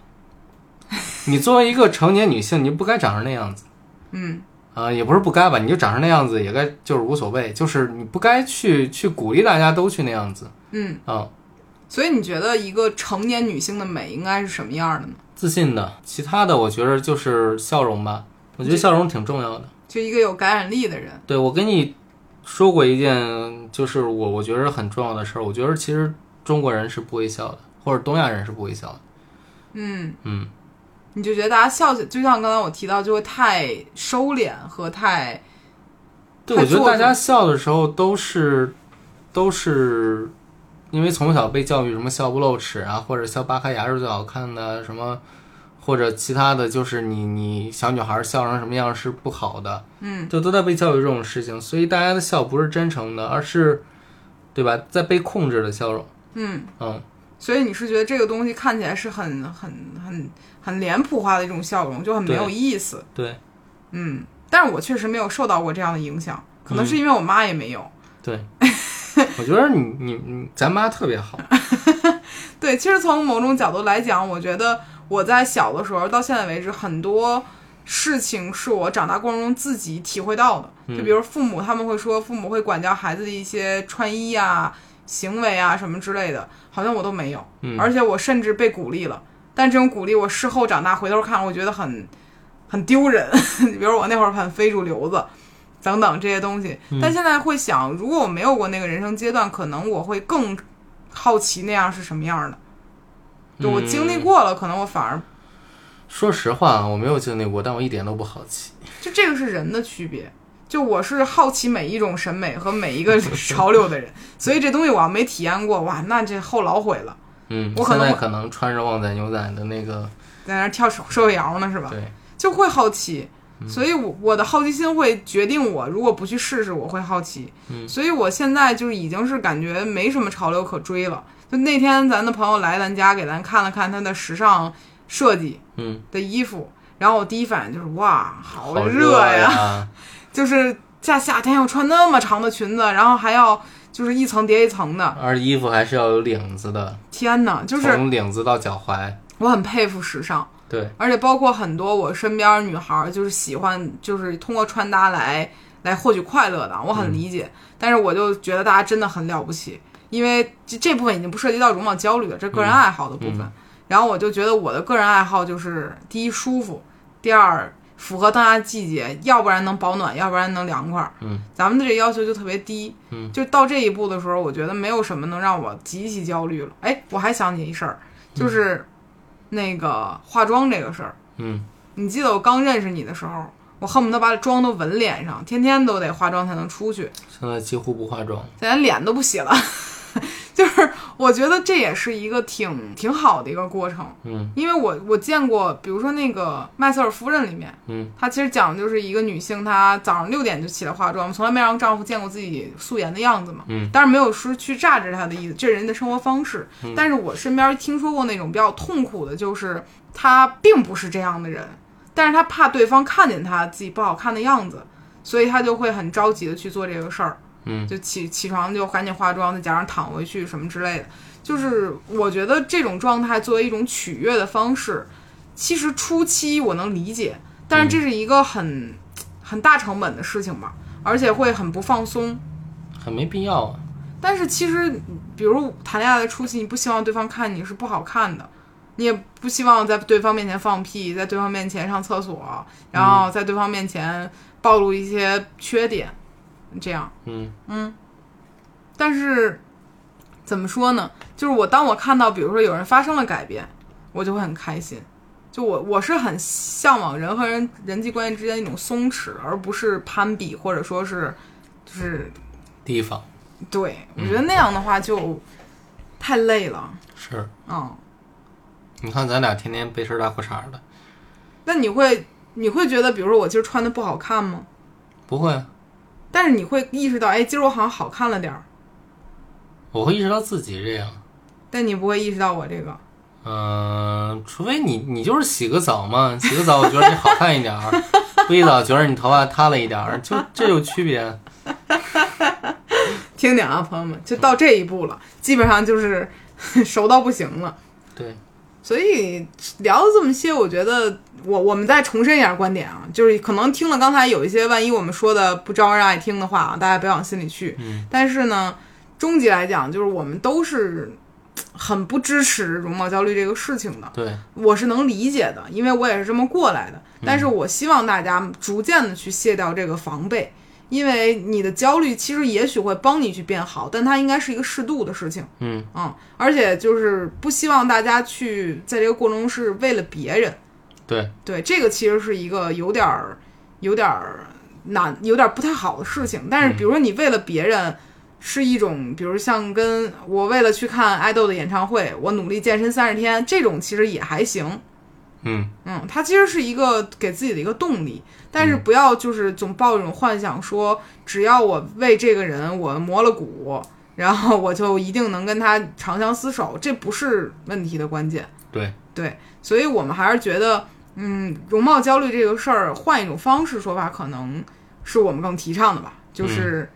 Speaker 1: 你作为一个成年女性，你不该长成那样子。
Speaker 2: 嗯，
Speaker 1: 啊，也不是不该吧，你就长成那样子也该，就是无所谓，就是你不该去去鼓励大家都去那样子，
Speaker 2: 嗯，
Speaker 1: 啊，
Speaker 2: 所以你觉得一个成年女性的美应该是什么样的呢？
Speaker 1: 自信的，其他的我觉得就是笑容吧，我觉得笑容挺重要的。
Speaker 2: 就一个有感染力的人，
Speaker 1: 对，我跟你说过一件，就是我我觉得很重要的事儿。我觉得其实中国人是不会笑的，或者东亚人是不会笑的。
Speaker 2: 嗯，
Speaker 1: 嗯，
Speaker 2: 你就觉得大家笑起，就像刚才我提到，就会太收敛和太
Speaker 1: 对，
Speaker 2: 太
Speaker 1: 我觉得
Speaker 2: 做
Speaker 1: 大家
Speaker 2: 作
Speaker 1: 笑的时候都是都是因为从小被教育什么笑不露齿啊，或者笑扒开牙是最好看的，什么或者其他的就是你你小女孩笑成什么样是不好的，
Speaker 2: 嗯
Speaker 1: 就都在被教育这种事情，所以大家的笑不是真诚的，而是对吧，在被控制的笑容。
Speaker 2: 嗯，
Speaker 1: 嗯，
Speaker 2: 所以你是觉得这个东西看起来是很很很很脸谱化的一种笑容，就很没有
Speaker 1: 对
Speaker 2: 意思。
Speaker 1: 对
Speaker 2: [laughs] 嗯，但是我确实没有受到过这样的影响，可能是因为我妈也没有。
Speaker 1: 对。我觉得你你你，咱妈特别好，
Speaker 2: 对，其实从某种角度来讲，我觉得我在小的时候到现在为止，很多事情是我长大过程中自己体会到的。就比如父母他们会说，父母会管教孩子的一些穿衣啊、行为啊什么之类的，好像我都没有，
Speaker 1: 嗯
Speaker 2: 而且我甚至被鼓励了。但这种鼓励，我事后长大回头看，我觉得很很丢人。 [laughs] 比如我那会儿很非主流子。等等这些东西，但现在会想，如果我没有过那个人生阶段，可能我会更好奇那样是什么样的。就我经历过了，可能我反而
Speaker 1: 说实话，啊我没有经历过，但我一点都不好奇。
Speaker 2: 就这个是人的区别。就我是好奇每一种审美和每一个 [laughs] 潮流的人，所以这东西我要没体验过，哇，那这后老悔了，
Speaker 1: 嗯，
Speaker 2: 我可能
Speaker 1: 现在可能穿着旺仔牛仔的那个，
Speaker 2: 在那儿跳社社会摇呢是吧？
Speaker 1: 对，
Speaker 2: 就会好奇，所以我我的好奇心会决定我如果不去试试，我会好奇。所以我现在就是已经是感觉没什么潮流可追了。就那天咱的朋友来咱家给咱看了看他的时尚设计
Speaker 1: 嗯，
Speaker 2: 的衣服，然后我第一反应就是哇，好
Speaker 1: 好
Speaker 2: 热
Speaker 1: 呀， [laughs]
Speaker 2: 就是在夏天要穿那么长的裙子，然后还要就是一层叠一层的，
Speaker 1: 而衣服还是要有领子的，
Speaker 2: 天哪！就是
Speaker 1: 从领子到脚踝，
Speaker 2: 我很佩服时尚，
Speaker 1: 对，
Speaker 2: 而且包括很多我身边女孩儿，就是喜欢就是通过穿搭来来获取快乐的，我很理解。
Speaker 1: 嗯
Speaker 2: 但是我就觉得大家真的很了不起，因为这这部分已经不涉及到容貌焦虑了，这个人爱好的部分。
Speaker 1: 嗯
Speaker 2: 然后我就觉得我的个人爱好就是第一舒服，第二符合当下季节，要不然能保暖，要不然能凉快。
Speaker 1: 嗯，
Speaker 2: 咱们的这要求就特别低。
Speaker 1: 嗯，
Speaker 2: 就到这一步的时候，我觉得没有什么能让我极其焦虑了。哎，我还想起一事儿，就是那个化妆这个事儿。
Speaker 1: 嗯，
Speaker 2: 你记得我刚认识你的时候，我恨不得把妆都纹脸上，天天都得化妆才能出去，
Speaker 1: 现在几乎不化妆，
Speaker 2: 现在连脸都不洗了。 [laughs] 就是我觉得这也是一个挺挺好的一个过程，
Speaker 1: 嗯
Speaker 2: 因为我我见过，比如说那个《麦瑟尔夫人》里面，
Speaker 1: 嗯，
Speaker 2: 她其实讲的就是一个女性，她早上六点就起来化妆，从来没让丈夫见过自己素颜的样子嘛，
Speaker 1: 嗯，
Speaker 2: 但是没有说去榨制她的意思，这是人的生活方式。但是我身边听说过那种比较痛苦的，就是她并不是这样的人，但是她怕对方看见她自己不好看的样子，所以她就会很着急的去做这个事儿，
Speaker 1: 嗯，
Speaker 2: 就起起床就赶紧化妆，再加上躺回去什么之类的。就是我觉得这种状态作为一种取悦的方式，其实初期我能理解，但是这是一个很、很大成本的事情吧，而且会很不放松。
Speaker 1: 很没必要啊。
Speaker 2: 但是其实，比如谈恋爱的初期，你不希望对方看你是不好看的，你也不希望在对方面前放屁，在对方面前上厕所，然后在对方面前暴露一些缺点，这样。
Speaker 1: 嗯
Speaker 2: 但是怎么说呢？就是我当我看到，比如说有人发生了改变，我就会很开心。就我我是很向往人和人人际关系之间一种松弛，而不是攀比，或者说是就是
Speaker 1: 地方
Speaker 2: 对我觉得那样的话就太累了。
Speaker 1: 是，
Speaker 2: 嗯，
Speaker 1: 你看咱俩天天背身大裤衩的，
Speaker 2: 那你会你会觉得，比如说我今儿穿的不好看吗？
Speaker 1: 不会啊，
Speaker 2: 但是你会意识到，哎，今儿我好像好看了点儿，
Speaker 1: 我会意识到自己这样。
Speaker 2: 但你不会意识到我这个。
Speaker 1: 嗯、除非你你就是洗个澡嘛，洗个澡我觉得你好看一点儿，不洗澡觉得你头发塌了一点儿，就这有区别。
Speaker 2: 听听啊，朋友们，就到这一步了，基本上就是熟到不行了。
Speaker 1: 对，
Speaker 2: 所以聊了这么些，我觉得我我们再重申一下观点啊，就是可能听了刚才有一些，万一我们说的不招人爱听的话啊，大家不要往心里去。
Speaker 1: 嗯、
Speaker 2: 但是呢，终极来讲，就是我们都是很不支持容貌焦虑这个事情的。
Speaker 1: 对，
Speaker 2: 我是能理解的，因为我也是这么过来的。但是我希望大家逐渐的去卸掉这个防备，因为你的焦虑其实也许会帮你去变好，但它应该是一个适度的事情。
Speaker 1: 嗯
Speaker 2: 嗯，而且就是不希望大家去在这个过程中是为了别人，
Speaker 1: 对，
Speaker 2: 对这个其实是一个有点儿、有点儿难、有点儿不太好的事情。但是，比如说你为了别人，是一种，比如像跟我为了去看爱豆的演唱会，我努力健身三十天，这种其实也还行。
Speaker 1: 嗯
Speaker 2: 嗯，它其实是一个给自己的一个动力，但是不要就是总抱一种幻想说，只要我为这个人我磨了骨，然后我就一定能跟他长相厮守，这不是问题的关键。
Speaker 1: 对，
Speaker 2: 对，所以我们还是觉得，嗯，容貌焦虑这个事儿，换一种方式说法，可能是我们更提倡的吧。就是，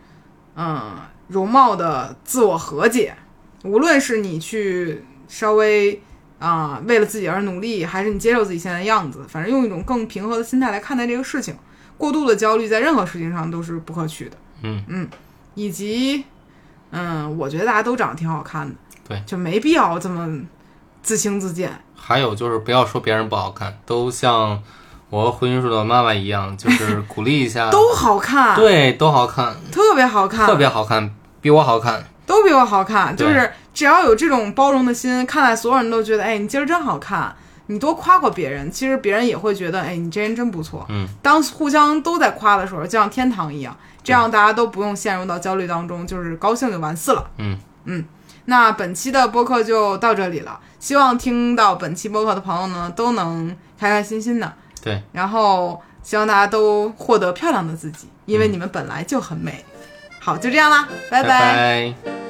Speaker 2: 嗯、容貌的自我和解。无论是你去稍微啊、为了自己而努力，还是你接受自己现在的样子，反正用一种更平和的心态来看待这个事情。过度的焦虑在任何事情上都是不可取的。
Speaker 1: 嗯
Speaker 2: 以及嗯，我觉得大家都长得挺好看的，
Speaker 1: 对，
Speaker 2: 就没必要这么自轻自贱。
Speaker 1: 还有就是不要说别人不好看，都像我和婚姻树的妈妈一样，就是鼓励一下，
Speaker 2: [laughs] 都好看，
Speaker 1: 啊对都好看，
Speaker 2: 特别好看，
Speaker 1: 特别好看，比我好看。
Speaker 2: 都比我好看。就
Speaker 1: 对
Speaker 2: 是只要有这种包容的心，看待所有人都觉得，哎，你今儿真好看。你多夸夸别人，其实别人也会觉得，哎，你这人真不错。
Speaker 1: 嗯，
Speaker 2: 当互相都在夸的时候，就像天堂一样，这样大家都不用陷入到焦虑当中，就是高兴就完事了。
Speaker 1: 嗯
Speaker 2: 嗯，那本期的播客就到这里了，希望听到本期播客的朋友呢，都能开开心心的，
Speaker 1: 对，
Speaker 2: 然后希望大家都获得漂亮的自己，因为你们本来就很美。好，就这样啦，
Speaker 1: 嗯拜
Speaker 2: 拜
Speaker 1: 拜